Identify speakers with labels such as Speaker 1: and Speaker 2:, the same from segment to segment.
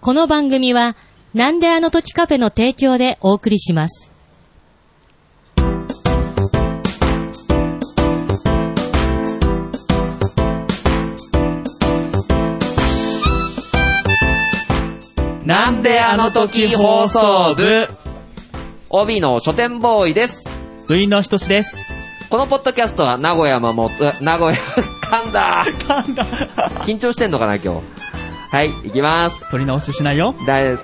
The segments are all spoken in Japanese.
Speaker 1: この番組は、なんであの時カフェの提供でお送りします。
Speaker 2: なんであの時放送部帯の書店ボーイです。
Speaker 3: 部員のひとしです。
Speaker 2: このポッドキャストは名古屋まも、え名古屋、 噛んだ
Speaker 3: 噛んだ。
Speaker 2: 緊張してんのかな今日。はい、いきます。
Speaker 3: 取り直ししないよ。
Speaker 2: 大丈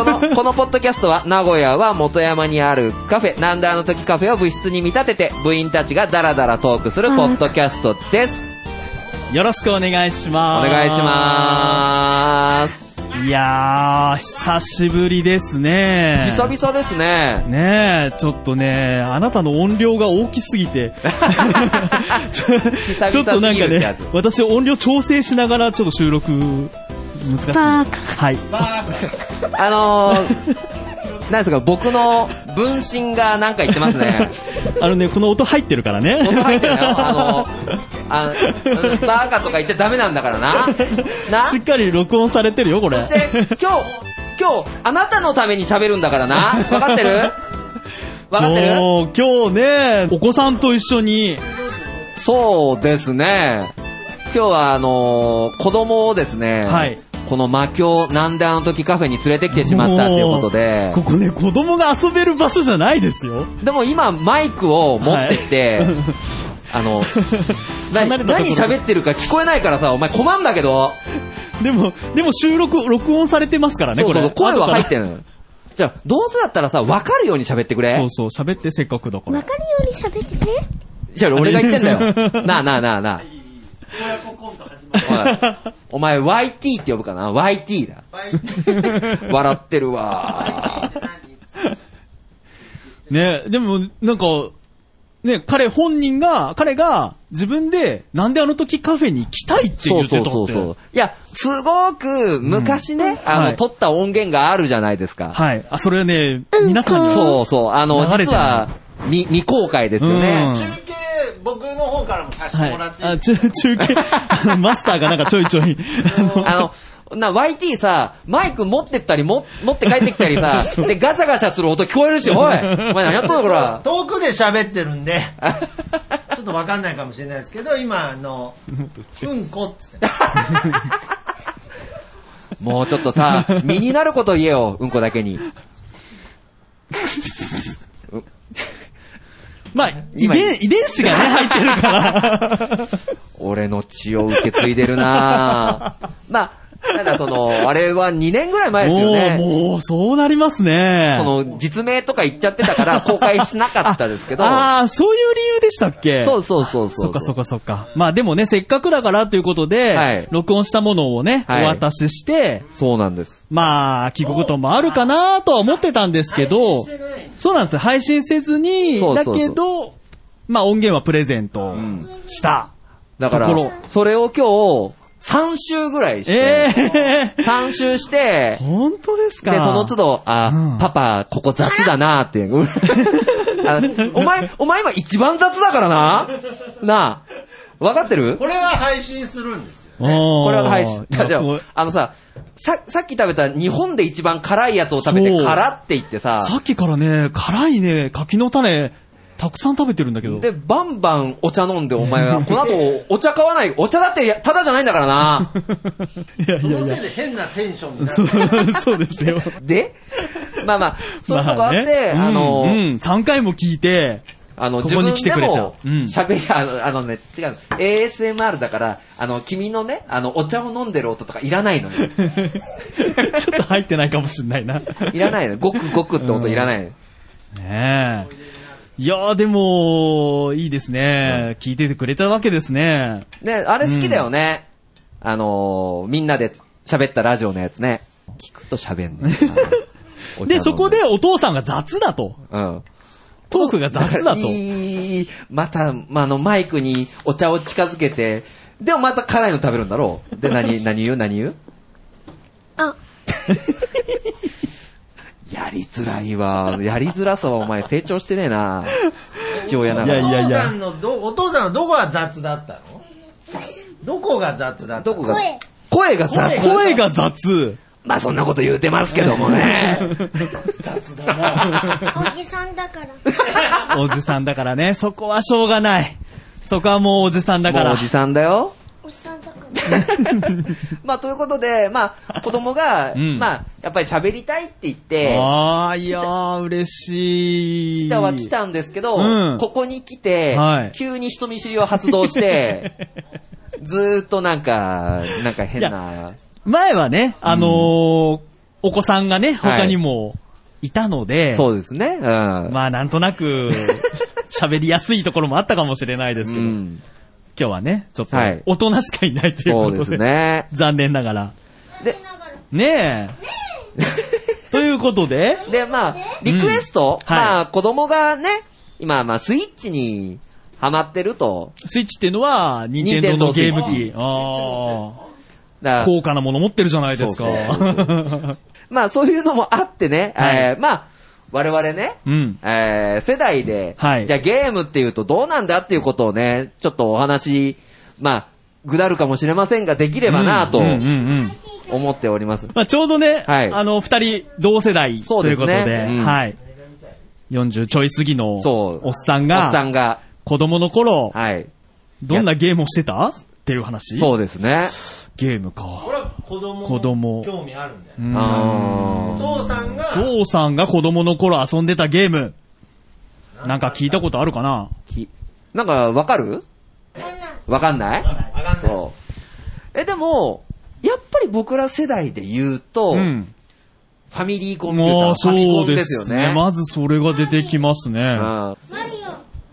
Speaker 2: 夫この、このポッドキャストは名古屋は元山にあるカフェ、なんであの時カフェを部室に見立てて部員たちがダラダラトークするポッドキャストです。
Speaker 3: よろしくお願いし
Speaker 2: お
Speaker 3: ます。
Speaker 2: 願いします。
Speaker 3: す。いやー、久しぶりですね。
Speaker 2: 久々ですね。
Speaker 3: ねえ、ちょっとね、あなたの音量が大きすぎて。
Speaker 2: 久々
Speaker 3: ちょっとなんか
Speaker 2: すぎるってや
Speaker 3: ね
Speaker 2: つ、
Speaker 3: 私音量調整しながらちょっと収録、難しい。はい。
Speaker 2: あのー、なんですか、僕の分身がなんか言ってますね。
Speaker 3: あのね、この音入ってるからね。
Speaker 2: 音入ってるよ。あの、あの、バーカとか言っちゃダメなんだからな。な。
Speaker 3: し
Speaker 2: そ
Speaker 3: っかり録音されてるよ、これ。
Speaker 2: して、今日、今日、あなたのために喋るんだからな。わかって るわかってる
Speaker 3: そう、今日ね、お子さんと一緒に、
Speaker 2: そうですね。今日はあのー子供をですね、
Speaker 3: はい
Speaker 2: この魔境なんであの時カフェに連れてきてしまったということで、
Speaker 3: ここね、子供が遊べる場所じゃないですよ。
Speaker 2: でも今マイクを持ってて、
Speaker 3: はい
Speaker 2: あ の、な
Speaker 3: 離れたところ
Speaker 2: 何喋ってるか聞こえないからさ、お前困んだけど、
Speaker 3: でも、でも収録、録音されてますからね、
Speaker 2: そう
Speaker 3: こ
Speaker 2: そ
Speaker 3: れ。
Speaker 2: うそう、声は入って
Speaker 3: る。
Speaker 2: るのよ。じゃあ、どうせだったらさ、わかるように喋ってく
Speaker 3: そ
Speaker 2: れ
Speaker 3: う。そう、喋ってせっかくだか
Speaker 4: わ
Speaker 3: ら。
Speaker 4: かるように喋ってね。
Speaker 2: じゃあ、俺が言ってんだ よ。なあなあなあなあ。おいお前 YT って呼ぶかな ?YT だ。 笑ってるわ。
Speaker 3: ね、でも、なんか、ね、彼本人が、彼が自分で、なんであの時カフェに行きたいって
Speaker 2: そ
Speaker 3: 言
Speaker 2: う
Speaker 3: ってた
Speaker 2: そ
Speaker 3: っ
Speaker 2: う
Speaker 3: て。
Speaker 2: そうそう。いや、すごく昔ね、あの、
Speaker 3: はい
Speaker 2: 撮った音源があるじゃないですか。
Speaker 3: はい。あ、それはね、皆さんには
Speaker 2: そうそう。あの、
Speaker 3: 流れてない
Speaker 2: 実は、未、未公開ですよね。
Speaker 3: うん
Speaker 5: 中継、僕の方からもさせ
Speaker 3: は
Speaker 5: て
Speaker 3: い
Speaker 5: もらっていい、
Speaker 3: あ中中継、 マスターがなんかちょいちょい。
Speaker 2: あの、な、YT さ、マイク持ってったり、も、持って帰ってきた りさ、で、ガチャガチャする音聞こえるし、おいお前何やっとんのこら。
Speaker 5: 遠くで喋ってるん で、ちょっとわかんないかもしれないですけど、今、あ の、うんこっつって。
Speaker 2: もうちょっ とさ、身になること言えよ、うんこだけに。
Speaker 3: まあ、遺
Speaker 2: 今
Speaker 3: 伝、遺伝子がね、入ってるから。
Speaker 2: 俺の血を受け継いでるなぁまあ、ただその、あれは2年ぐらい前ですよね。
Speaker 3: もう、もう、そうなりますね。
Speaker 2: その、実名とか言っちゃってたから、公開しなかったですけど、
Speaker 3: ああ、そういう理由でしたっけ
Speaker 2: そうそうそうそう。
Speaker 3: そっかそっかそっか。まあでもね、せっかくだからということで、
Speaker 2: はい
Speaker 3: 録音したものをね、
Speaker 2: はい
Speaker 3: お渡しして、
Speaker 2: そうなんです。
Speaker 3: まあ、聞くこともあるかなとは思ってたんですけど、そうなんです。配信せずに、
Speaker 2: そうそうそう
Speaker 3: だけど、まあ音源はプレゼント
Speaker 2: ん
Speaker 3: した。
Speaker 2: だか
Speaker 3: ところ
Speaker 2: ら、それを今日、3週ぐらいして、
Speaker 3: ええ
Speaker 2: 3周し
Speaker 3: ー、
Speaker 2: て、
Speaker 3: 本当ですか
Speaker 2: で、その都度、あ、
Speaker 3: うん
Speaker 2: パパ、ここ雑だなっていう。 あお前、お前今一番雑だからななあ。わかってる
Speaker 5: これは配信するんですよ。
Speaker 3: こ
Speaker 2: これは配信。じゃあじゃあ
Speaker 3: さ
Speaker 2: あのさ、さ、さっき食べた日本で一番辛いやつを食べ
Speaker 3: そ
Speaker 2: て
Speaker 3: う
Speaker 2: 辛って言ってさ、
Speaker 3: っきからね、辛いね、柿の種、たくさん食べてるんだけど。
Speaker 2: で、バンバンお茶飲んで お前は、この後お茶買わない、お茶だってやただじゃないんだか らな。
Speaker 3: いやい
Speaker 5: そ
Speaker 3: や
Speaker 5: の
Speaker 3: いや
Speaker 5: せい。で変なテンションにな
Speaker 3: そ
Speaker 5: る。
Speaker 3: うそうですよ。
Speaker 2: で、まあまあ、そういうのがあって、
Speaker 3: ま
Speaker 2: あ
Speaker 3: ね
Speaker 2: の、
Speaker 3: うん、3回も聞いて、
Speaker 2: あの、
Speaker 3: こ
Speaker 2: 自
Speaker 3: こに
Speaker 2: 分
Speaker 3: 来て
Speaker 2: で
Speaker 3: くれちゃう
Speaker 2: も
Speaker 3: うん、
Speaker 2: 喋り、あの、あのね、違うの。ASMR だから、あの、君のね、あの、お茶を飲んでる音とかいらないの
Speaker 3: ち
Speaker 2: よ。
Speaker 3: ょっと入ってないかもしんないな。
Speaker 2: いらないの。ごくごくって音いらないの。
Speaker 3: ねえ。いやーでも、いいですね、聞いててくれたわけですね。
Speaker 2: ね、あれ好きだよね。あのー、みんなで喋ったラジオのやつね。聞くと喋 んねえなお茶飲ん
Speaker 3: で、そこで、お父さんが雑だと。
Speaker 2: うん。
Speaker 3: トークが雑だと。
Speaker 2: いいまた、まあ、あの、マイクにお茶を近づけて、でもまた辛いの食べるんだろう。で、何、何言う何言う
Speaker 4: あ、
Speaker 2: やりづらいわ。やりづらさはお前成長してねえな。父親ながら。
Speaker 3: いやいや
Speaker 5: お父さんのど、お父さんのどこが雑だったのどこが雑だった
Speaker 2: どこが
Speaker 4: 声
Speaker 2: 声が雑。
Speaker 3: 声が雑。
Speaker 2: まあそんなこと言うてますけど もね。
Speaker 5: 雑だな。
Speaker 4: おじさんだ から。
Speaker 3: おじさんだからね、そこはしょうがない。そこはもうおじさんだか
Speaker 2: もう
Speaker 3: ら。
Speaker 2: おじさんだよ。
Speaker 4: おじさんだ から。
Speaker 2: まあということで、まあ子供が、
Speaker 3: うん
Speaker 2: まあやっぱり喋りたいって言って、
Speaker 3: ああ、いやー、嬉しい。
Speaker 2: 来たは来たんですけど、
Speaker 3: うん
Speaker 2: ここに来て、
Speaker 3: はい
Speaker 2: 急に人見知りを発 動して、ずーっとなんか、なんか変な、
Speaker 3: 前はね、あのーお子さんがね、
Speaker 2: はい
Speaker 3: 他にもいたので、
Speaker 2: そうですね。うん。
Speaker 3: まあなんとな く、喋りやすいところもあったかもしれないです
Speaker 2: う
Speaker 3: けど、今
Speaker 2: ん、
Speaker 3: 日はね、ちょっと
Speaker 2: はい
Speaker 3: 大人しかいないということ
Speaker 2: そう
Speaker 3: で、
Speaker 2: ですね。
Speaker 3: 残念ながら。
Speaker 2: で、
Speaker 4: だから。
Speaker 3: ねえ。ということで、
Speaker 2: で、まあ、リクエスト、
Speaker 3: うんはい
Speaker 2: まあ、子供がね、今、まあ、スイッチにハマってると、
Speaker 3: スイッチっていうのは、任天堂のゲーム
Speaker 2: 任
Speaker 3: 機。ああ。
Speaker 2: だから
Speaker 3: 高価なもの持ってるじゃないですか。
Speaker 2: そう
Speaker 3: う
Speaker 2: まあ、そういうのもあってね、
Speaker 3: はい
Speaker 2: えーまあ、我々ね、
Speaker 3: ん。
Speaker 2: えー世代で、
Speaker 3: はい
Speaker 2: じゃあゲームっていうとどうなんだっていうことをね、ちょっとお話、まあ、ぐだるかもしれませんが、できればなと
Speaker 3: うんうんうん。
Speaker 2: 思っております。
Speaker 3: まあ、ちょうどね、
Speaker 2: はい
Speaker 3: あの、二人同世代
Speaker 2: そう
Speaker 3: とい
Speaker 2: で
Speaker 3: う
Speaker 2: す
Speaker 3: こ
Speaker 2: ね
Speaker 3: とで、
Speaker 2: うん
Speaker 3: はい。40ちょい過ぎの
Speaker 2: そう。
Speaker 3: おっさん
Speaker 2: おっさん
Speaker 3: が、
Speaker 2: が。
Speaker 3: 子供の頃、
Speaker 2: はい。
Speaker 3: どんなゲームをしてたっていう話
Speaker 2: そうですね。
Speaker 3: ゲームか。
Speaker 5: 俺は子供。
Speaker 3: 子供
Speaker 5: 興味あるんだよ
Speaker 3: う
Speaker 5: ね。
Speaker 3: ん
Speaker 2: あー
Speaker 5: 父さんが、
Speaker 3: 父さんが子供の頃遊んでたゲーム、なんか聞いたことあるかな
Speaker 2: きなんか、わかるわかんない
Speaker 5: わかんない。
Speaker 2: そう。え、でも、やっぱり僕ら世代で言うと、
Speaker 3: うん。
Speaker 2: ファミリーコンピュー
Speaker 3: ま
Speaker 2: ター、
Speaker 3: あ、
Speaker 2: ファミコ
Speaker 3: そう
Speaker 2: ンで
Speaker 3: です
Speaker 2: よ
Speaker 3: す
Speaker 2: ね
Speaker 3: ね。。まずそれが出てきますね。
Speaker 2: うん
Speaker 4: マリオ、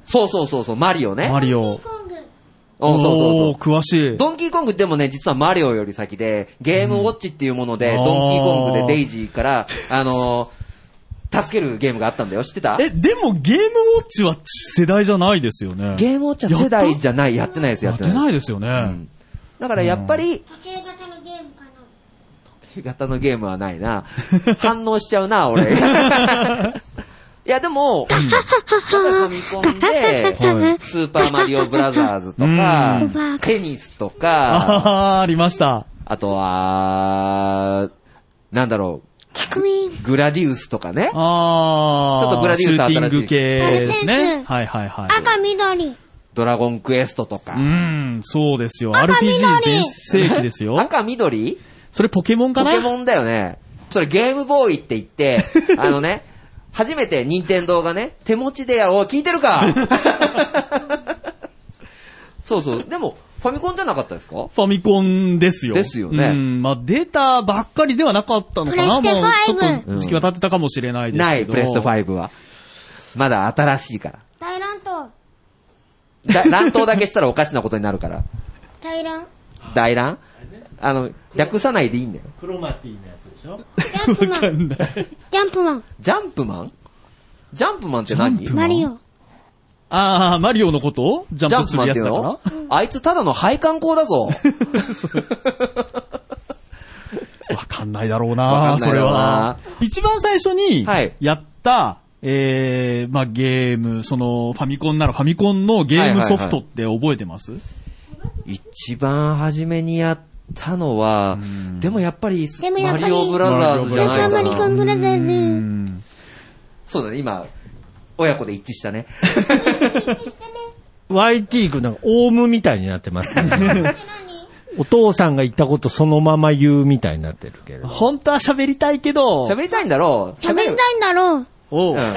Speaker 2: そうそうそうそう、マリオね。
Speaker 3: マリオ。
Speaker 4: コン
Speaker 2: う
Speaker 4: グ、
Speaker 2: んそうそうそう
Speaker 3: おー。詳しい。
Speaker 2: ドンキーコングでもね、実はマリオより先で、ゲームウォッチっていうもので、
Speaker 3: うん
Speaker 2: ドンキーコング
Speaker 3: あー
Speaker 2: でデイジーから、あの ー助けるゲームがあったんだよ。知ってた
Speaker 3: え、でもゲームウォッチは世代じゃないですよね。
Speaker 2: ゲームウォッチは世代じゃない、やってないです、や
Speaker 3: や
Speaker 2: っ
Speaker 3: ってて
Speaker 2: ない。
Speaker 3: ないですよね。
Speaker 2: うんだからやっぱり、
Speaker 4: 時計型のゲームかな。
Speaker 2: 型のゲームはな いな。反応しちゃうな、俺。いや、でも、ファミコンで、
Speaker 3: はい
Speaker 2: スーパーマリオブラザーズと
Speaker 3: う
Speaker 2: か、テニスとか、
Speaker 3: ああ、ありました。
Speaker 2: あとは、なんだろ
Speaker 4: キクイー
Speaker 2: う、
Speaker 4: ン。
Speaker 2: グラディウスとかね。
Speaker 3: ああ、
Speaker 2: ちょっとグラディウス
Speaker 3: シューティン
Speaker 2: 新し
Speaker 3: グ
Speaker 2: い
Speaker 3: 系です
Speaker 4: パルセン
Speaker 3: ね。
Speaker 4: ス
Speaker 3: はいはいはい。
Speaker 4: 赤、緑。
Speaker 2: ドラゴンクエストと
Speaker 3: う
Speaker 2: か。
Speaker 3: ん、そうですよ。
Speaker 4: 赤
Speaker 3: RPG
Speaker 4: 緑
Speaker 3: 全盛期です よ。
Speaker 2: 赤緑
Speaker 3: それポケモンか
Speaker 2: ポ
Speaker 3: な
Speaker 2: ケモンだよね。それゲームボーイって 言って、あのね、初めて任天堂がね、手持ちでやろう。聞いてる かそうそう。でも、ファミコンじゃなかったですか
Speaker 3: ファミコンですよ。
Speaker 2: ですよね
Speaker 3: うん、まあ出たばっかりではなかったのかな
Speaker 4: プレステ
Speaker 3: もうち
Speaker 4: 5
Speaker 3: ょっと時期は経ってたかもしれないですけど。
Speaker 2: ない、プレステ5は。まだ新しいから。
Speaker 4: 大乱闘。
Speaker 2: だ 乱闘だけしたらおかしなことになるから。
Speaker 4: 大乱。
Speaker 2: 大乱あの、略さないでいいんだよ。
Speaker 5: クロマティのやつでしょ
Speaker 4: ジャンプマ
Speaker 3: わか
Speaker 4: ン。
Speaker 3: んない。
Speaker 4: ジャンプマン。
Speaker 2: ジャンプマンジャンプマンって何
Speaker 3: ジャン
Speaker 2: ジ
Speaker 3: プマン
Speaker 2: ャ
Speaker 4: マリオ。
Speaker 3: ああ、マリオのことジャン
Speaker 2: ン
Speaker 3: プ
Speaker 2: プ
Speaker 3: す
Speaker 2: マ
Speaker 3: る
Speaker 2: ン
Speaker 3: や
Speaker 2: って
Speaker 3: つ
Speaker 2: いう
Speaker 3: だから
Speaker 2: のあいつただの配管工だぞ。
Speaker 3: わかんないだろう
Speaker 2: わ
Speaker 3: な
Speaker 2: かんな
Speaker 3: そ
Speaker 2: いだ
Speaker 3: れ
Speaker 2: ろ
Speaker 3: は
Speaker 2: うな。
Speaker 3: 一番最初に
Speaker 2: はい、
Speaker 3: やった、えー、まあ、ゲーム、その、ファミコンならファミコンのゲームソフトって覚えてます、
Speaker 2: 一番初めにやったのは、でもやっぱり
Speaker 4: でもや
Speaker 2: マ
Speaker 4: っぱ
Speaker 2: リ
Speaker 4: り
Speaker 2: オブラザーズじ
Speaker 4: ス
Speaker 2: ゃ
Speaker 4: ー
Speaker 2: ない
Speaker 4: パーマ
Speaker 2: か
Speaker 4: リコ
Speaker 2: な。
Speaker 4: ンブラザーズ。
Speaker 3: うん。
Speaker 2: そうだね、今、親子で一致した ね。
Speaker 5: YT 君なんかオウムみたいになってます ね。お父さんが言ったことそのまま言うみたいになってるけれど。
Speaker 3: 本当は喋りたいけど、
Speaker 2: 喋りたいんだろう
Speaker 4: 喋りたいんだろう。
Speaker 3: お
Speaker 2: う。
Speaker 3: うん
Speaker 2: え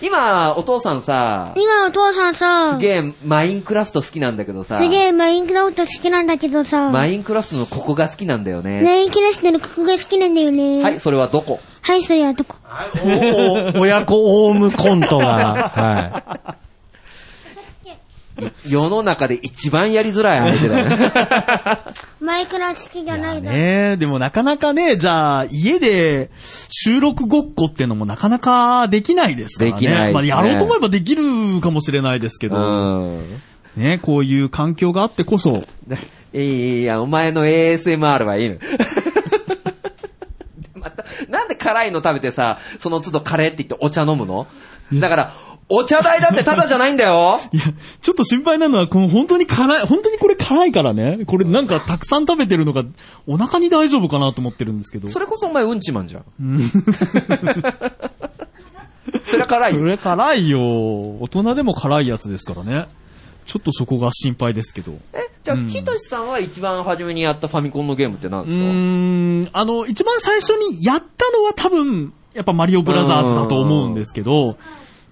Speaker 2: 今、お父さんさ、
Speaker 4: 今お父さんさ
Speaker 2: す、げえマインクラフト好きなんだけどさ
Speaker 4: す、げえマインクラフト好きなんだけどさ、
Speaker 2: マ
Speaker 4: マ
Speaker 2: インクラフトのここが好きなんだよね。
Speaker 4: インクラフトのここが好きなんだよね。
Speaker 2: はい、。それはどこ
Speaker 4: はい、それはどこ
Speaker 5: おお親子オウムコントが。はい。
Speaker 2: 世の中で一番やりづらい相手だよね。
Speaker 4: マイクラ好きじゃないだろ。
Speaker 3: ねえ、でもなかなかね、じゃあ、家で収録ごっこってのもなかなかできないですからね。
Speaker 2: できないで
Speaker 3: ま
Speaker 2: すね
Speaker 3: あ、やろうと思えばできるかもしれないですけ
Speaker 2: う
Speaker 3: ど、
Speaker 2: ん。
Speaker 3: ねこういう環境があってこそ、
Speaker 2: いやいやいや、お前の ASMR はいい の。また、なんで辛いの食べてさ、その都度カレーって言ってお茶飲むのだから、お茶代だってタダじゃないんだよ。
Speaker 3: いや、ちょっと心配なのは、この本当に辛い、本当にこれ辛いからね。これなんかたくさん食べてるのが、お腹に大丈夫かなと思ってるんですけど。
Speaker 2: それこそお前うんちマンじゃん。 それは辛い
Speaker 3: そ
Speaker 2: よ。
Speaker 3: れ辛いよ。大人でも辛いやつですからね。ちょっとそこが心配ですけど。
Speaker 2: え、じゃあ
Speaker 3: う、ん
Speaker 2: キトシさんは一番初めにやったファミコンのゲームって何
Speaker 3: う
Speaker 2: ですか
Speaker 3: ーん、あの、一番最初にやったのは多分、やっぱマリオブラザーズだと思うんですけど、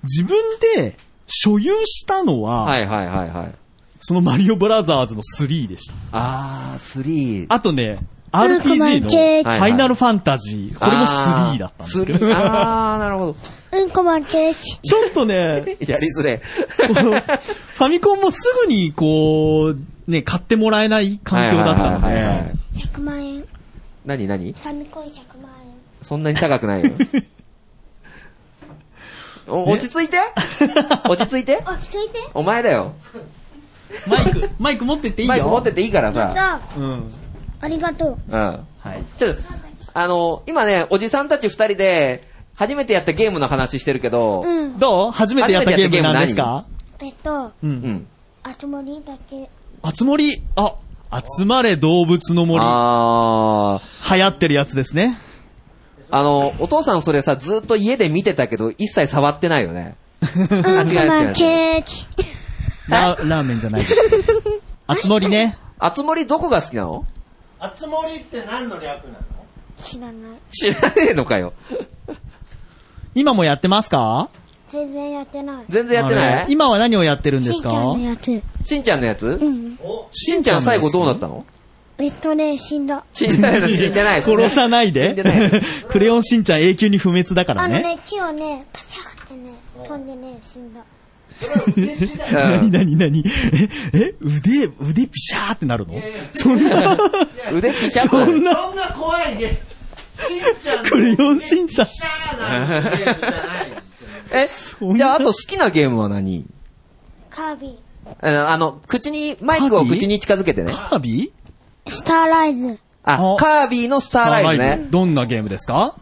Speaker 3: 自分で所有したのは、
Speaker 2: はいはいはいはい。
Speaker 3: そのマリオブラザーズの3でした。
Speaker 2: あー、3。
Speaker 3: あとね、
Speaker 4: うんこま
Speaker 3: RPG
Speaker 4: ん
Speaker 3: のフ
Speaker 4: ケーキ
Speaker 2: はいは
Speaker 3: ァ
Speaker 2: い
Speaker 3: イナルファンタジー、これも3だったんですけど。
Speaker 2: 3。あー、なるほど。
Speaker 4: うんこまんケーキ。
Speaker 3: ちょっと ね、
Speaker 2: やりづれえ。
Speaker 3: このファミコンもすぐにこう、ね、買ってもらえない 環境だったの
Speaker 2: はいはいはいはい
Speaker 3: で、
Speaker 4: 100万円。フ
Speaker 2: 何何
Speaker 4: ァミコン100万円。
Speaker 2: そんなに高くないよ。お落ち着いて落ち着いて
Speaker 4: 落ち着いて。
Speaker 2: お前だよ。
Speaker 3: マイク、マイク持ってっていいよ。
Speaker 2: マイク持ってていいから
Speaker 4: やっ
Speaker 2: さ。
Speaker 4: た
Speaker 3: うん。
Speaker 4: ありがとう。
Speaker 2: うん。
Speaker 3: はい。
Speaker 2: ちょっと、あの、今ね、おじさんたち二人で、初めてやったゲームの話してるけど、
Speaker 4: うん。
Speaker 3: どう初めてやったゲームなんですか
Speaker 4: えっと、
Speaker 3: う。
Speaker 2: うんん。
Speaker 4: あつ森だ け。
Speaker 3: あつ森。あ、集まれ動物の森。
Speaker 2: あー、
Speaker 3: 流行ってるやつです ね。
Speaker 2: あの、お父さんそれさ、ずっと家で見てたけど、一切触ってないよね。
Speaker 4: うんこ
Speaker 2: あ違う違う違う
Speaker 4: まんケーキ。
Speaker 3: ララーメンじゃない けど。あつ森ね。
Speaker 2: あつ森どこが好きなの
Speaker 5: あつ森って何の略なの
Speaker 4: 知らない。
Speaker 2: 知らねえのかよ。
Speaker 3: 今もやってますか
Speaker 4: 全然やってない。
Speaker 2: 全然やってな
Speaker 3: あれ
Speaker 2: い
Speaker 3: 今は何をやってるんです
Speaker 4: しんちゃん
Speaker 3: か
Speaker 4: のやつ。
Speaker 2: しんちゃんのやつ
Speaker 4: うん。
Speaker 5: お
Speaker 2: しんちゃん最後どうなったの
Speaker 4: えっとね、死んだ。
Speaker 2: 死んでないの死んでな い。
Speaker 3: 殺さない
Speaker 2: 死ん
Speaker 3: で
Speaker 2: でない。
Speaker 3: クレヨンしんちゃん永久に不滅だか
Speaker 4: あ
Speaker 3: ら
Speaker 4: の
Speaker 3: ね。
Speaker 4: ね、木をね、パシャーってね、飛んでね、死んだ。
Speaker 2: う
Speaker 3: 何
Speaker 2: ん
Speaker 3: 何何え、え、腕、腕ピシャーってなるのそんな、
Speaker 2: 腕ピシャ ッ
Speaker 3: そん
Speaker 2: と。
Speaker 3: な、
Speaker 5: そんな怖いゲーム。しんちゃんの
Speaker 3: クレヨンしんちゃん
Speaker 5: ピシャーなんてゲームじゃない。
Speaker 2: え、
Speaker 3: んな
Speaker 2: じゃあ、あと好きなゲームは何
Speaker 4: カービ
Speaker 2: あの、口に、マイクを口に近づけてね。
Speaker 3: カービー
Speaker 4: ィ。スターライズ。
Speaker 2: あ
Speaker 3: あ、
Speaker 2: カービィのスターライズね。
Speaker 3: どんなゲームですか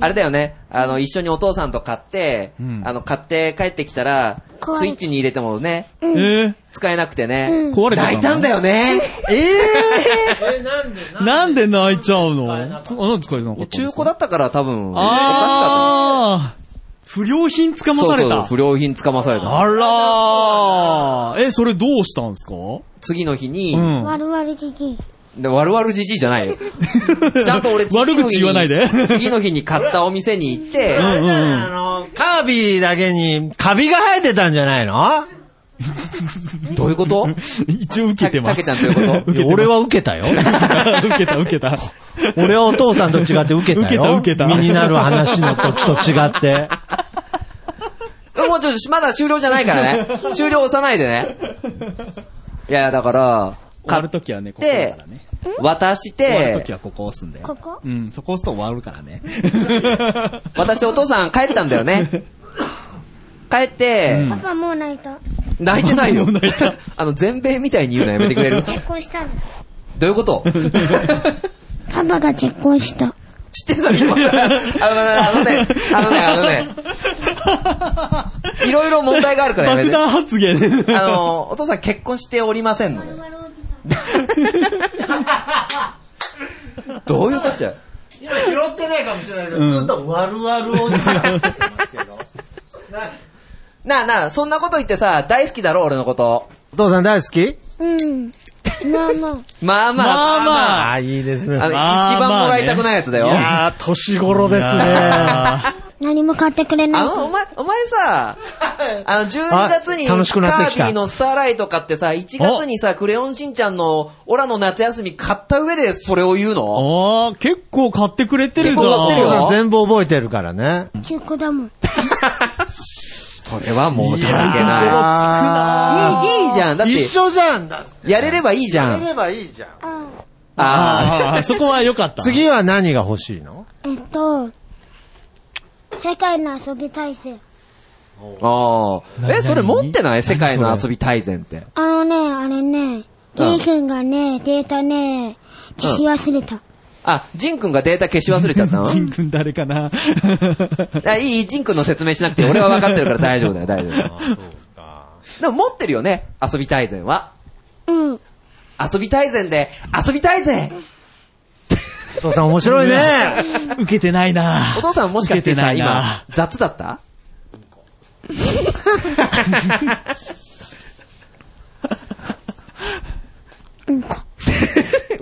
Speaker 2: あれだよね。あの、一緒にお父さんと買って、
Speaker 3: うん
Speaker 2: あの、買って帰ってきたら、
Speaker 4: 怖い
Speaker 2: スイッチに入れてもね、
Speaker 3: えー、
Speaker 2: 使えなくてね。
Speaker 3: 壊れてたの
Speaker 2: 泣いたんだよね。
Speaker 3: え
Speaker 5: え、なんで
Speaker 3: ー、なんで泣いちゃうの
Speaker 5: な
Speaker 3: あ、
Speaker 5: んで
Speaker 3: な
Speaker 5: 泣
Speaker 3: ん
Speaker 5: い
Speaker 3: で疲れなかったんです
Speaker 2: 中
Speaker 3: か
Speaker 2: 古だったから多分、おかしかっ
Speaker 3: あー、不良品つか
Speaker 2: た。
Speaker 3: ま
Speaker 2: そ
Speaker 3: さ
Speaker 2: う
Speaker 3: れ
Speaker 2: そう、
Speaker 3: た。
Speaker 2: 不良品捕まされた。
Speaker 3: あらー。え、それどうしたんですか
Speaker 2: 次の日に、
Speaker 3: うん。
Speaker 4: ワルワルキキ。
Speaker 2: で悪々じじいじ ゃないよ。ちゃんと俺、次の日
Speaker 3: 悪
Speaker 2: に
Speaker 3: 口言わないで。
Speaker 2: 次の日に買ったお店に行って、
Speaker 5: あれ
Speaker 3: うん
Speaker 5: だ
Speaker 3: う
Speaker 5: よ
Speaker 3: ん
Speaker 5: あの、カービィだけにカビが生えてたんじゃないの
Speaker 2: どういう こと
Speaker 3: 一応受けてます。
Speaker 2: たたけちゃんということ
Speaker 3: 受けてます
Speaker 5: 俺は受けたよ。
Speaker 3: 受けた、受け た。
Speaker 5: 俺はお父さんと違って受けたよ。
Speaker 3: 受けた受けた
Speaker 5: 身になる話の時と違って。
Speaker 2: えもうちょっと、まだ終了じゃないから ね。終了押さないでね。いや、だから、
Speaker 3: 終わ
Speaker 2: 買
Speaker 3: る
Speaker 2: っ
Speaker 3: ときはね、ここだ
Speaker 2: て
Speaker 3: からね。、
Speaker 2: 渡し
Speaker 3: 終わるとき
Speaker 2: て、
Speaker 3: はここ押すんだよ。
Speaker 4: ここ
Speaker 3: うん、そこ押すと終わるからね。
Speaker 2: 渡してお父さん帰ったんだ よね。帰って、
Speaker 4: パパもう泣いた。
Speaker 2: 泣いてないよ
Speaker 3: もう泣いた。
Speaker 2: あの、全米みたいに言うのやめてくれる
Speaker 4: 結婚したんだ。
Speaker 2: どういうこと
Speaker 4: パパが結婚した。
Speaker 2: 知ってんの 今。あのあのね、あのね、あのね。いろいろ問題があるからやめ
Speaker 3: 爆
Speaker 2: て。
Speaker 3: 弾発言。
Speaker 2: あの、お父さん結婚しておりませんので。どういうことじゃ
Speaker 5: 今拾ってないかもしれないけど、ずっとわるわるおじさんって言ってますけど。な
Speaker 2: なあなあ、そんなこと言ってさ、大好きだろ、俺のこと。
Speaker 5: お父さん大好き
Speaker 4: うん。まあまあ。
Speaker 2: まあま
Speaker 3: ま
Speaker 2: あ、
Speaker 3: あまあ。
Speaker 5: あ、いいですね
Speaker 2: あの、
Speaker 3: まあ
Speaker 2: 一番もらいたくないやつだよ。
Speaker 5: い
Speaker 2: あ
Speaker 5: やー、年頃です
Speaker 3: い
Speaker 5: ね。
Speaker 3: やー
Speaker 4: 何も買ってくれないか
Speaker 2: の、お
Speaker 4: ら。
Speaker 2: 前、お前さ、あの、12月に、
Speaker 5: あ
Speaker 2: カ
Speaker 5: 楽しくなって
Speaker 2: ー
Speaker 5: き
Speaker 2: ビ
Speaker 5: た
Speaker 2: ィのスターライト買ってさ、1月にさ、クレヨンしんちゃんの、オラの夏休み買った上でそれを言うの
Speaker 3: あー、結構買ってくれてるじゃ
Speaker 2: 結構買
Speaker 5: お
Speaker 2: っ
Speaker 3: ん
Speaker 2: てる
Speaker 5: 父
Speaker 2: よ。
Speaker 5: さん全部覚えてるからね。
Speaker 4: 中古だもん。
Speaker 2: それは申し訳な
Speaker 5: あ
Speaker 2: い。いい、いいじゃん。だっ
Speaker 5: 一
Speaker 2: て、
Speaker 5: 緒じゃんだ。
Speaker 2: やれればいいじゃ
Speaker 5: や
Speaker 2: ん。
Speaker 5: ればいいじゃん。
Speaker 4: あ
Speaker 2: あ
Speaker 3: あー、そこは良かった。。
Speaker 5: 次は何が欲しいの
Speaker 4: えっと、世界の遊び大戦。
Speaker 2: ーあー。え、それ持ってない世界の遊び大全って。
Speaker 4: あのね、あれね、T 君がね、データね、消し忘れた。
Speaker 2: ああ、ジンくんがデータ消し忘れちゃったの
Speaker 3: ジン君誰かな
Speaker 2: あいいいい、ジンくんの説明しなくて、俺は分かってるから大丈夫だよ、大丈夫。
Speaker 5: そうか。
Speaker 2: でも持ってるよね、遊び大全は。
Speaker 4: うん。
Speaker 2: 遊び大全で、遊び大全
Speaker 5: お父さん面白い ね。
Speaker 3: 受けてないな
Speaker 2: お父さんもしかして
Speaker 3: 受けて
Speaker 2: さ、
Speaker 3: ない
Speaker 2: 今
Speaker 3: な、
Speaker 2: 雑だったうん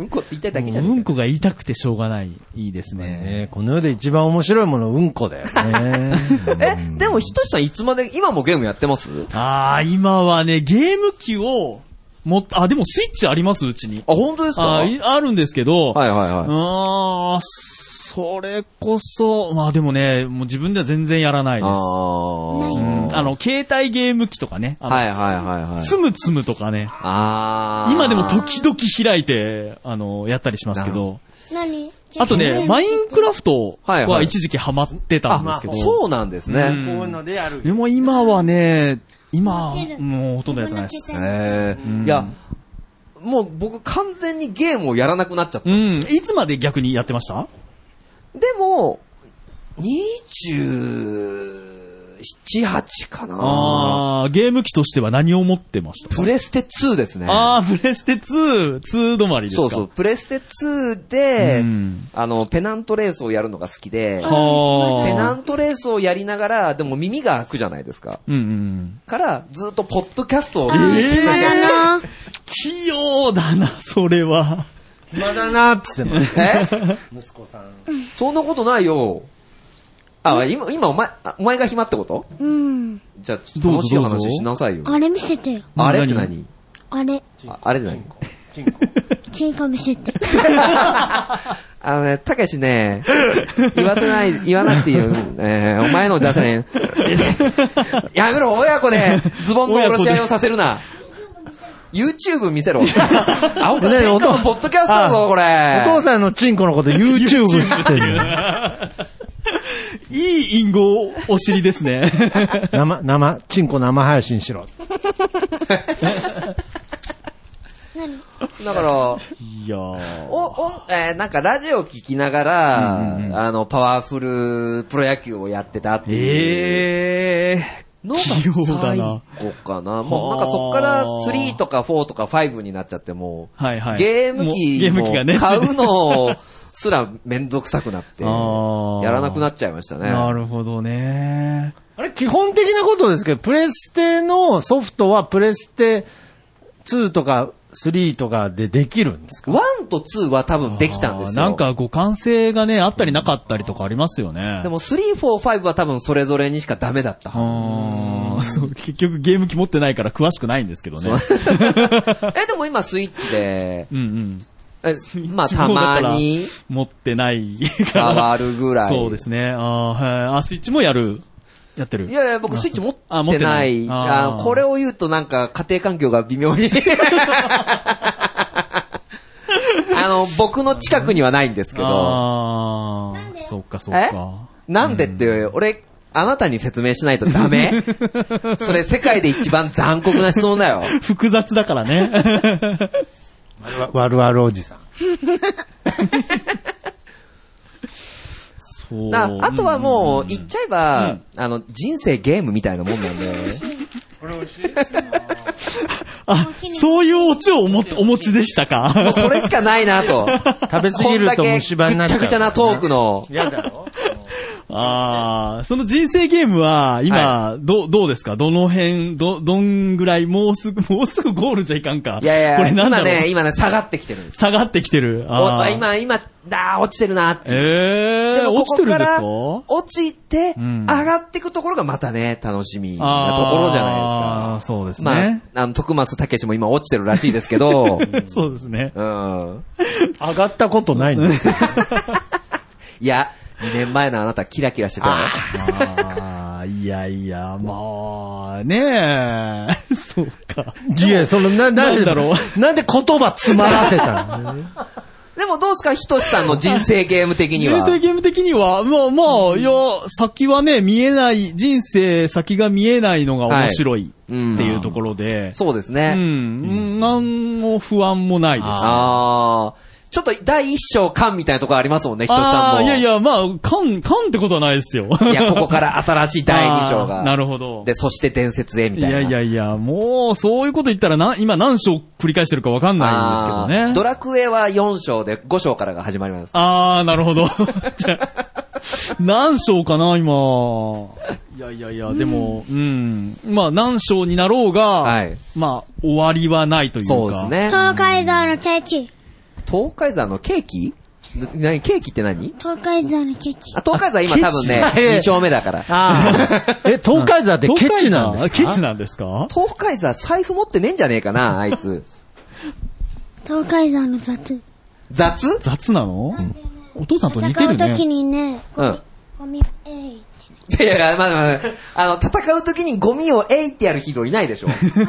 Speaker 2: こって言いたいだけじゃ。
Speaker 3: うんんこが言いたくてしょうがない。いいですね。
Speaker 5: ねこの世で一番面白いもの、うんこだよ ね。
Speaker 2: え、でもひとしさんいつまで、今もゲームやってます
Speaker 3: ああ、今はね、ゲーム機を、もっ、あ、でもスイッチありますうちに。
Speaker 2: あ、本当ですか
Speaker 3: あ
Speaker 2: は
Speaker 3: ー
Speaker 2: い
Speaker 3: いあるんですけど、
Speaker 2: はいうは
Speaker 3: ーん、それこそ、まあでもね、もう自分では全然やらない
Speaker 2: い。
Speaker 3: で
Speaker 2: あ
Speaker 3: す。う
Speaker 2: ー
Speaker 3: んあの、携帯ゲーム機とかね。あの
Speaker 2: はいはいはいはい。
Speaker 3: つむつむとかね。
Speaker 2: あー。
Speaker 3: 今でも時々開いて、あの、やったりしますけど。
Speaker 4: 何
Speaker 3: あとね、マインクラフト
Speaker 2: はいは
Speaker 3: はい一時期ハマってたんですけど。
Speaker 5: あ
Speaker 2: そうなんですね。
Speaker 3: うん
Speaker 5: こういうのでやる。
Speaker 3: でも今はね、今、
Speaker 4: 持ってる
Speaker 3: もうほとんどやってないです。
Speaker 2: へーいや、もう僕完全にゲームをやらなくなっちゃった。
Speaker 3: うん。いつまで逆にやってました
Speaker 2: でも、27、8かな
Speaker 3: あー、ゲーム機としては何を持ってました
Speaker 2: プレステ2ですね。
Speaker 3: あー、プレステ2、2止まりですか
Speaker 2: そうそう、。プレステ2で
Speaker 3: うん、
Speaker 2: あの、ペナントレースをやるのが好きで、
Speaker 3: は
Speaker 2: ペナ
Speaker 3: ー。
Speaker 2: ントレースをやりながら、でも耳が開くじゃないですか。
Speaker 3: うんうん。
Speaker 2: から、ずっとポッドキャストを、
Speaker 3: え
Speaker 4: まだな。
Speaker 3: 器用だな、それ は。
Speaker 5: 暇だなっつっても。
Speaker 2: え
Speaker 5: 息子さん。
Speaker 2: そんなことないよ。あ、今、今お前、あお前が暇ってこと
Speaker 4: うん。
Speaker 2: じゃあ、
Speaker 3: どうぞ
Speaker 2: 楽しい
Speaker 3: どうぞ
Speaker 2: 話しなさいよ。
Speaker 4: あれ見せてよ。
Speaker 2: あれって何
Speaker 3: 何
Speaker 4: あれ。
Speaker 2: ああれって何
Speaker 5: チンコ。
Speaker 4: 喧嘩見せて。
Speaker 2: あのね、たけしね、言わせ ない、言わなくていいよ。えーお前の出せねやめろ、親子で、ズボンの下ろし合いをさせるな。YouTube 見 せろ。あ、お
Speaker 5: ね
Speaker 2: 前、
Speaker 5: お父
Speaker 2: のポッドキャストだぞ、これ
Speaker 5: お。父さんのチンコのこと YouTube っつってる。
Speaker 3: いい隠語、お尻ですね。
Speaker 5: 生、生、チンコ生配信しろ。
Speaker 4: 何
Speaker 2: だから、
Speaker 3: いやー。
Speaker 2: お、お、えーなんかラジオ聞きながら、
Speaker 3: うんうんうん
Speaker 2: あの、パワフルプロ野球をやってたっていう
Speaker 3: え
Speaker 2: のが
Speaker 3: 器
Speaker 2: 最
Speaker 3: 用
Speaker 2: 後
Speaker 3: だな
Speaker 2: かな。もうなんかそっから3とか4とか5になっちゃってもう、
Speaker 3: はいはい
Speaker 2: ゲーム
Speaker 3: もうゲ
Speaker 2: 機
Speaker 3: ーム機がね
Speaker 2: も買うのすらめんどくさくなって、
Speaker 3: あー
Speaker 2: やらなくなっちゃいました
Speaker 3: ー。 な
Speaker 2: ね。
Speaker 3: るほどね。
Speaker 5: あれ、基本的なことですけど、プレステのソフトはプレステ2とか3とかでできるんですか
Speaker 2: 1と2は多分できたんですよ。
Speaker 3: あーなんか互換性がね、あったりなかったりとかありますよね。
Speaker 2: でも3、4、5は多分それぞれにしかダメだったはず
Speaker 3: あー、そう、結局ゲーム機持ってないから詳しくないんですけどね。
Speaker 2: え、でも今スイッチで、
Speaker 3: うんうん。
Speaker 2: え まあたまに
Speaker 3: 持ってないから。
Speaker 2: 触るぐらい。
Speaker 3: そうですね。あーはいあ、スイッチもやる。やってる。
Speaker 2: いやいや、僕スイッチ持ってない。あ
Speaker 3: あ持ってない
Speaker 2: あ
Speaker 3: あー
Speaker 2: これを言うとなんか家庭環境が微 妙に。あの、僕の近くにはないんですけど。
Speaker 3: あー、そっかそっ
Speaker 2: え
Speaker 3: か。
Speaker 2: なんでって、俺、あなたに説明しないとダメ それ世界で一番残酷な質問だよ。
Speaker 3: 複雑だから ね。
Speaker 5: わるわるおじさん。
Speaker 3: そう。
Speaker 2: なあとはもう、言っちゃえば、
Speaker 3: うん
Speaker 2: あの、人生ゲームみたいなもんなんで。
Speaker 3: あ、そういうオチをおもお持ちでした
Speaker 2: も
Speaker 3: か。
Speaker 2: う それしかないな と。
Speaker 5: 食べ過ぎると虫歯になっちゃう
Speaker 2: こんだけぐっちゃぐちゃなトークの。
Speaker 5: 嫌だろ
Speaker 3: ああ、その人生ゲームは、今、どう、どうですかどの辺、ど、どんぐらい、もうすぐ、 もうすぐゴールじゃいかんか。
Speaker 2: いやいや、
Speaker 3: これなんだ
Speaker 2: 今
Speaker 3: ろう、
Speaker 2: ね、今ね、下がってきてるんです。
Speaker 3: 下がってきてる。あ
Speaker 2: お
Speaker 3: ー。
Speaker 2: 今、今、だー落ちてるなって。
Speaker 3: ええー、
Speaker 2: こ
Speaker 3: 落ち
Speaker 2: こ
Speaker 3: てるん
Speaker 2: か
Speaker 3: です
Speaker 2: ら
Speaker 3: か
Speaker 2: 落ちて、
Speaker 3: うん
Speaker 2: 上がっていくところがまたね、楽しみなところじゃない
Speaker 3: あ
Speaker 2: で
Speaker 3: ー
Speaker 2: すか。
Speaker 3: そうです
Speaker 2: ま
Speaker 3: ね。
Speaker 2: あ、あの、徳松武も今落ちてるらしいです けど、
Speaker 3: そうですね。
Speaker 2: うん。
Speaker 5: 上がったことないんですよ
Speaker 2: いや、2年前のあなたキラキラしてたよ。
Speaker 3: ああ、いやいや、まあ、ね え、そうか。
Speaker 5: いや、その、な、なん
Speaker 3: な
Speaker 5: で
Speaker 3: んだろ
Speaker 5: なんで言葉詰まらせたの
Speaker 2: でもどうですか、ひとしさんの人生ゲーム的に
Speaker 3: 人
Speaker 2: は。
Speaker 3: 生ゲーム的には、まあまあ、いや、先はね、見えない、人生先が見えないのが面白いっていうところで、
Speaker 2: そうです
Speaker 3: う
Speaker 2: ね。
Speaker 3: ん、なんも不安もないです。
Speaker 2: ああ。ちょっと第一章感みたいなところありますもんね、人さん
Speaker 3: あ
Speaker 2: も。
Speaker 3: あ、いやいや、まあ、かん、かんってことはないですよ。
Speaker 2: い やここから新しい第二章が。
Speaker 3: あーなるほど
Speaker 2: で、そして伝説へみ
Speaker 3: い
Speaker 2: たいな。
Speaker 3: やいやいや、もう、そういうこと言ったらな、今何章繰り返してるかわかんな
Speaker 2: あ
Speaker 3: いん
Speaker 2: ー
Speaker 3: ですけどね。
Speaker 2: ドラクエは4章で5章からが始まります。
Speaker 3: あー、なる ほど。じゃあ何章かな、今。いやいやいや、でも、うん。まあ、何章になろうが、
Speaker 2: はい
Speaker 3: まあ、終わりはないというか。
Speaker 2: そうです。ね。
Speaker 4: 東海道のケーキ。
Speaker 2: 東海山のケーキな何ケーキって何
Speaker 4: 東海道のケーキ。
Speaker 2: あ、東海山今多分ね、
Speaker 5: ケチ
Speaker 2: 2章目だから。
Speaker 5: ああ。 え、東海座ってケチなんですか
Speaker 3: ケチなんですか
Speaker 2: 東海山財布持ってねえんじゃねえかな、あいつ。
Speaker 4: 東海道の雑。
Speaker 2: 雑
Speaker 3: 雑なの、お父さんと似て
Speaker 4: 戦
Speaker 3: る
Speaker 4: う
Speaker 3: ね。
Speaker 4: 時にね、
Speaker 2: うん。
Speaker 4: ゴミ、えい。
Speaker 2: いやいや、まあまあまあ、あの、戦う時にゴミをえいってやるヒーローいないでしょ。
Speaker 4: 空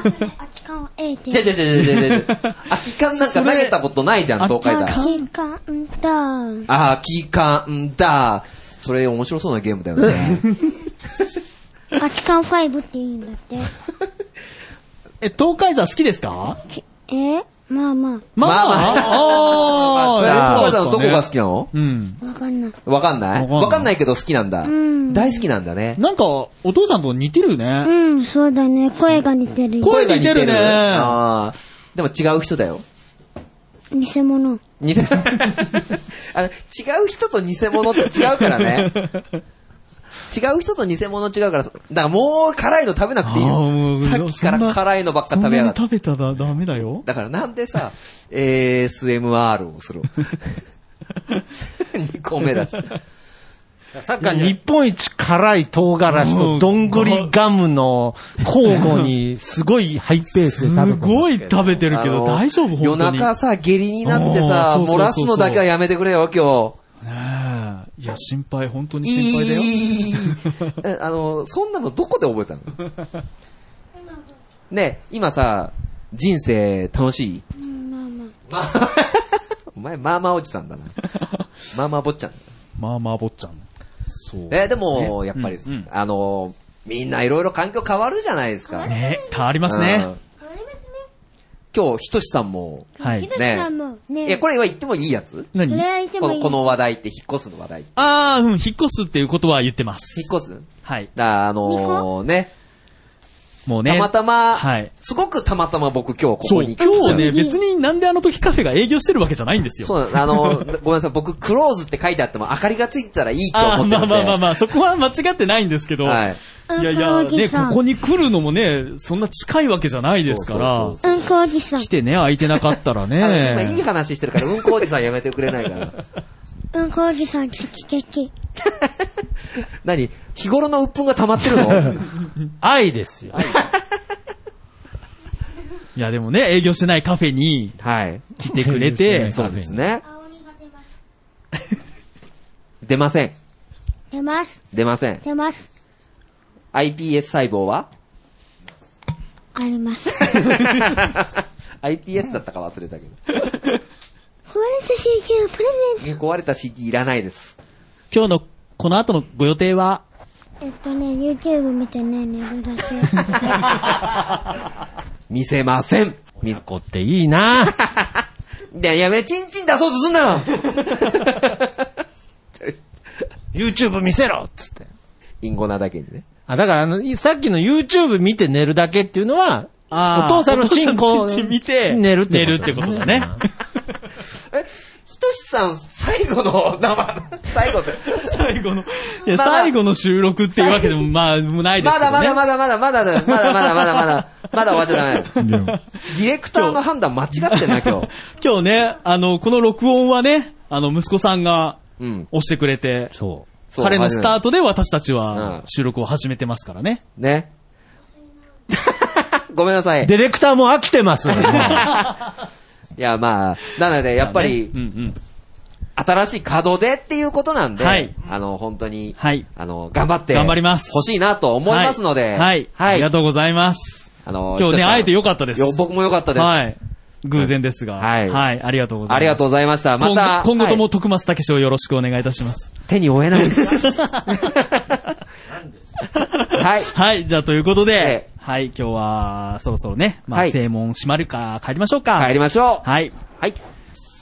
Speaker 4: き缶をえいって
Speaker 2: じゃ
Speaker 4: 言う。
Speaker 2: じゃじゃじゃじゃじゃ空き缶なんか投げたことないじゃん、
Speaker 3: それ
Speaker 2: 東海
Speaker 3: 空き
Speaker 2: 山。
Speaker 3: 缶
Speaker 4: 金缶と、
Speaker 2: あー、キーカンだ。それ面白そうなゲームだよね。
Speaker 4: 空き缶ファイブって言うんだって。
Speaker 3: え、東海座好きですか
Speaker 4: けえまあま
Speaker 3: まあ、あ
Speaker 2: 東
Speaker 3: ー
Speaker 2: 海山のどこが好
Speaker 3: き
Speaker 2: きなの
Speaker 3: うん。
Speaker 4: あ、わかんない。
Speaker 2: わかんな
Speaker 3: わか
Speaker 2: い
Speaker 3: んない
Speaker 2: わかんないけど好きなんだ。
Speaker 4: ん
Speaker 2: 大好きなんだね。
Speaker 3: なんか、お父さんと似てるね。
Speaker 4: うん、そうだね。声が似てるよ。
Speaker 3: 声似てるね
Speaker 2: あーでも違う人だよ。
Speaker 4: 偽物。
Speaker 2: 似て あの違う人と偽物って違うからね。違う人と偽物違うから、だからもう辛いの食べなくていい
Speaker 3: あーも
Speaker 2: よ。
Speaker 3: う
Speaker 2: さっきから
Speaker 3: そんな
Speaker 2: 辛いのばっか
Speaker 3: そんな
Speaker 2: 食べやが
Speaker 3: に
Speaker 2: って。
Speaker 3: 食べたらダメだよ。
Speaker 2: だからなんでさ、ASMR を する ?2 個目だし。
Speaker 5: サッカー日本一辛い唐辛子とどんぐりガムの交互にすごいハイペース
Speaker 3: す
Speaker 5: で食べてますけど。
Speaker 3: ごい食べてるけ
Speaker 2: あ
Speaker 3: ど、
Speaker 2: の
Speaker 3: 大丈夫本当
Speaker 2: 夜
Speaker 3: に。
Speaker 2: 中さ、下痢になってさ、
Speaker 3: おーそうそうそうそう
Speaker 2: 漏らすのだけはやめてくれよ、今日。
Speaker 3: ねえいや、心配、本当に心配だよ。
Speaker 2: いいえあの、そんなのどこで覚えたのねえ今さ、人生楽 しい
Speaker 4: うん、まあまあ。
Speaker 2: まあお前、まあまあおじさんだな。まあまあ坊ちゃん。
Speaker 3: まあまあ、坊ちゃん。そう。
Speaker 2: えーでも、やっぱり、
Speaker 3: うんうん
Speaker 2: あの、みんないろいろ環境変わるじゃないですか。
Speaker 3: ね変わります
Speaker 2: う
Speaker 3: ね
Speaker 2: ん。今日、ひとしさんも、
Speaker 3: はい
Speaker 4: ひ。としさんも、ね
Speaker 2: いや、これは言ってもいいやつ
Speaker 4: こ
Speaker 3: 何
Speaker 4: れは言って
Speaker 2: こ
Speaker 4: も
Speaker 2: の
Speaker 4: いい。
Speaker 2: この話題って引っ越すの話題。
Speaker 3: ああ、うん、引っ越すっていうことは言ってます。
Speaker 2: 引っ越すだか
Speaker 3: はい。
Speaker 2: ら、あのーね、
Speaker 3: もうね。
Speaker 2: たまたま、
Speaker 3: はい
Speaker 2: すごくたまたま僕今日こ
Speaker 3: そ
Speaker 2: こ
Speaker 3: う、
Speaker 2: に
Speaker 3: 今日ね、別になんであの時カフェが営業してるわけじゃないんですよ。
Speaker 2: そう なの、あの、ごめんなさい、僕、クローズって書いてあっても、明かりがついてたらいいと
Speaker 3: ああ、
Speaker 2: 思って
Speaker 3: ま
Speaker 2: る
Speaker 3: あ
Speaker 2: んで。
Speaker 3: まあまあまあ、そこは間違ってないんですけど。
Speaker 2: はい。
Speaker 3: いやいや、
Speaker 4: 赤荻
Speaker 3: ね、
Speaker 4: さん
Speaker 3: ここに来るのもね、そんな近いわけじゃないですか
Speaker 2: そう
Speaker 3: ら
Speaker 2: そう、
Speaker 4: うんこおじさん
Speaker 3: 来。てね、空いてなかったら
Speaker 2: あの今、いい
Speaker 3: ね。
Speaker 2: 話してるから、うんこおじさんやめてくれないかな。
Speaker 4: うんこおじさん、ケチケチ。
Speaker 2: 何日頃の鬱憤が溜まってるの
Speaker 5: 愛ですよ。
Speaker 3: いや、でもね、営業してないカフェに
Speaker 2: はい。
Speaker 3: 来てくれて、
Speaker 5: そう
Speaker 2: で
Speaker 5: ですす
Speaker 2: ね。
Speaker 4: りが出ま
Speaker 2: 出
Speaker 4: す。
Speaker 2: ません。
Speaker 4: 出ます。
Speaker 2: 出ません。
Speaker 4: 出ます。
Speaker 2: iPS 細胞は
Speaker 4: あります。
Speaker 2: ?iPS だったか忘れたけど。
Speaker 4: 壊れた CQ プレゼン
Speaker 2: 壊れた CD いらないです。
Speaker 3: 今日の、この後のご予定は、
Speaker 4: ト。えっとね、YouTube 見てね、寝るだけ。
Speaker 2: 見せません。見
Speaker 5: 子っていいな。
Speaker 2: でやめ、チンチン出そうとすんな
Speaker 5: YouTube 見せろっつって。
Speaker 2: インゴなだけにね。
Speaker 5: あ、だからあの、いさっきの YouTube 見て寝るだけっていうのは、
Speaker 3: あー
Speaker 5: お父さんのチンコ
Speaker 3: お父さんのチンチン見て
Speaker 5: 寝るって
Speaker 3: 寝るってことだね。
Speaker 2: え、ひとしさん、最後の生、最後って。
Speaker 3: 最後の、いや、
Speaker 2: まだ
Speaker 3: 最後の収録っていうわけでも、まあ、もうないですけ
Speaker 2: ま
Speaker 3: ど
Speaker 2: だ
Speaker 3: ね。
Speaker 2: まだまだまだまだまだまだまだまだまだまだ終わっちゃダメ だよ。
Speaker 5: うん
Speaker 2: ディレクターの判断間違ってんな、今日。
Speaker 3: 今日ね、あの、この録音はね、あの、息子さんが
Speaker 2: うん。
Speaker 3: 押してくれて、
Speaker 5: そう。
Speaker 2: そう
Speaker 3: 彼のスタートで私たち
Speaker 2: う
Speaker 3: は
Speaker 2: ん
Speaker 3: 収録を始めてますからね。
Speaker 2: ね。 ごめんなさい。
Speaker 5: ディレクターも飽きて ます。
Speaker 2: いや、まあ、なので、やっぱり
Speaker 3: う、んうん。
Speaker 2: 新しい門出っていうことなんで、
Speaker 3: はい
Speaker 2: あの、本当に、
Speaker 3: はい
Speaker 2: あの、頑張って、
Speaker 3: 頑張ります
Speaker 2: 欲しいなと思いますので、
Speaker 3: はい。はいありがとうございます。
Speaker 2: あの、
Speaker 3: 今日ね、会えてよ
Speaker 2: かっ
Speaker 3: かったです。
Speaker 2: よ、僕もよかったです。
Speaker 3: はい。偶然ですが。
Speaker 2: は
Speaker 3: はいい。ありがとうございます。
Speaker 2: ありがとうございました。また、
Speaker 3: 今後今後と
Speaker 2: は
Speaker 3: も
Speaker 2: い
Speaker 3: 徳松武史をよろしくお願いいたします。
Speaker 2: 手に負えない です。はい。
Speaker 3: はい。じゃあ、ということ
Speaker 2: え
Speaker 3: で、はい。今日は、そろそろね、ま
Speaker 2: は
Speaker 3: あ、
Speaker 2: い
Speaker 3: 正門閉まるか、帰りましょうか。
Speaker 2: 帰りましょう。
Speaker 3: はい。
Speaker 2: はい。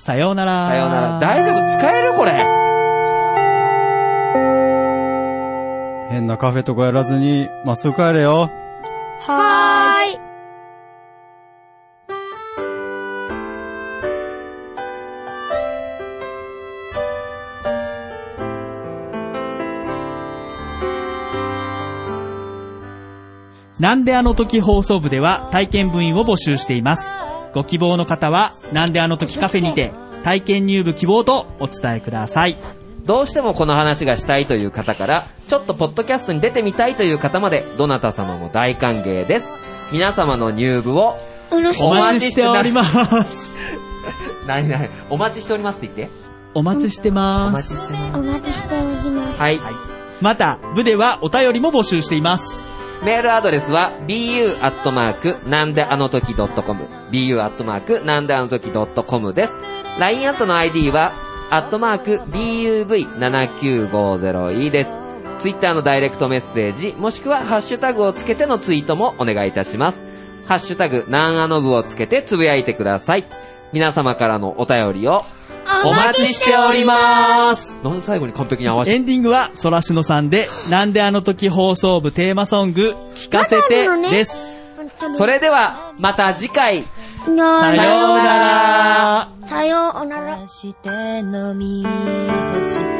Speaker 3: さようなら。
Speaker 2: さようなら。大丈夫使えるこれ。
Speaker 5: 変なカフェとかやらずに、まっすぐ帰れよ。
Speaker 4: はーい。
Speaker 3: なんであの時放送部では体験部員を募集しています。ご希望の方は、なんであの時カフェにて、体験入部希望とお伝えください。
Speaker 2: どうしてもこの話がしたいという方から、ちょっとポッドキャストに出てみたいという方まで、どなた様も大歓迎です。皆様の入部を、
Speaker 4: うるし
Speaker 3: お
Speaker 2: お
Speaker 3: 待
Speaker 2: 待
Speaker 3: ち
Speaker 2: ち
Speaker 3: し
Speaker 2: してて
Speaker 3: お
Speaker 2: お
Speaker 3: り
Speaker 2: り
Speaker 3: ます。
Speaker 2: 何々、お待ちしておりますって言って。
Speaker 3: お待ちして
Speaker 2: お
Speaker 3: ま
Speaker 2: 待ち
Speaker 3: す。
Speaker 2: してます。
Speaker 4: お待ちしております。
Speaker 2: はい。
Speaker 3: また、部ではお便りも募集しています。
Speaker 2: メールアドレスは bu アットマークなんであの時 .com bu アットマークなんであの時 .com です。LINE アットの ID はアットマーク buv7950e です。ツイッターのダイレクトメッセージ、もしくはハッシュタグをつけてのツイートもお願いいたします。ハッシュタグなんあの部をつけてつぶやいてください。皆様からのお便りをお待ちしております。なんで最後に完璧に合わせ
Speaker 3: エンディングは、そらしのさんで、なんであの時放送部テーマソング、聞かせて
Speaker 4: まだなのね
Speaker 3: です。
Speaker 2: それでは、また次回。
Speaker 4: さような
Speaker 3: さようなら。
Speaker 4: さようなら。
Speaker 1: して飲み干して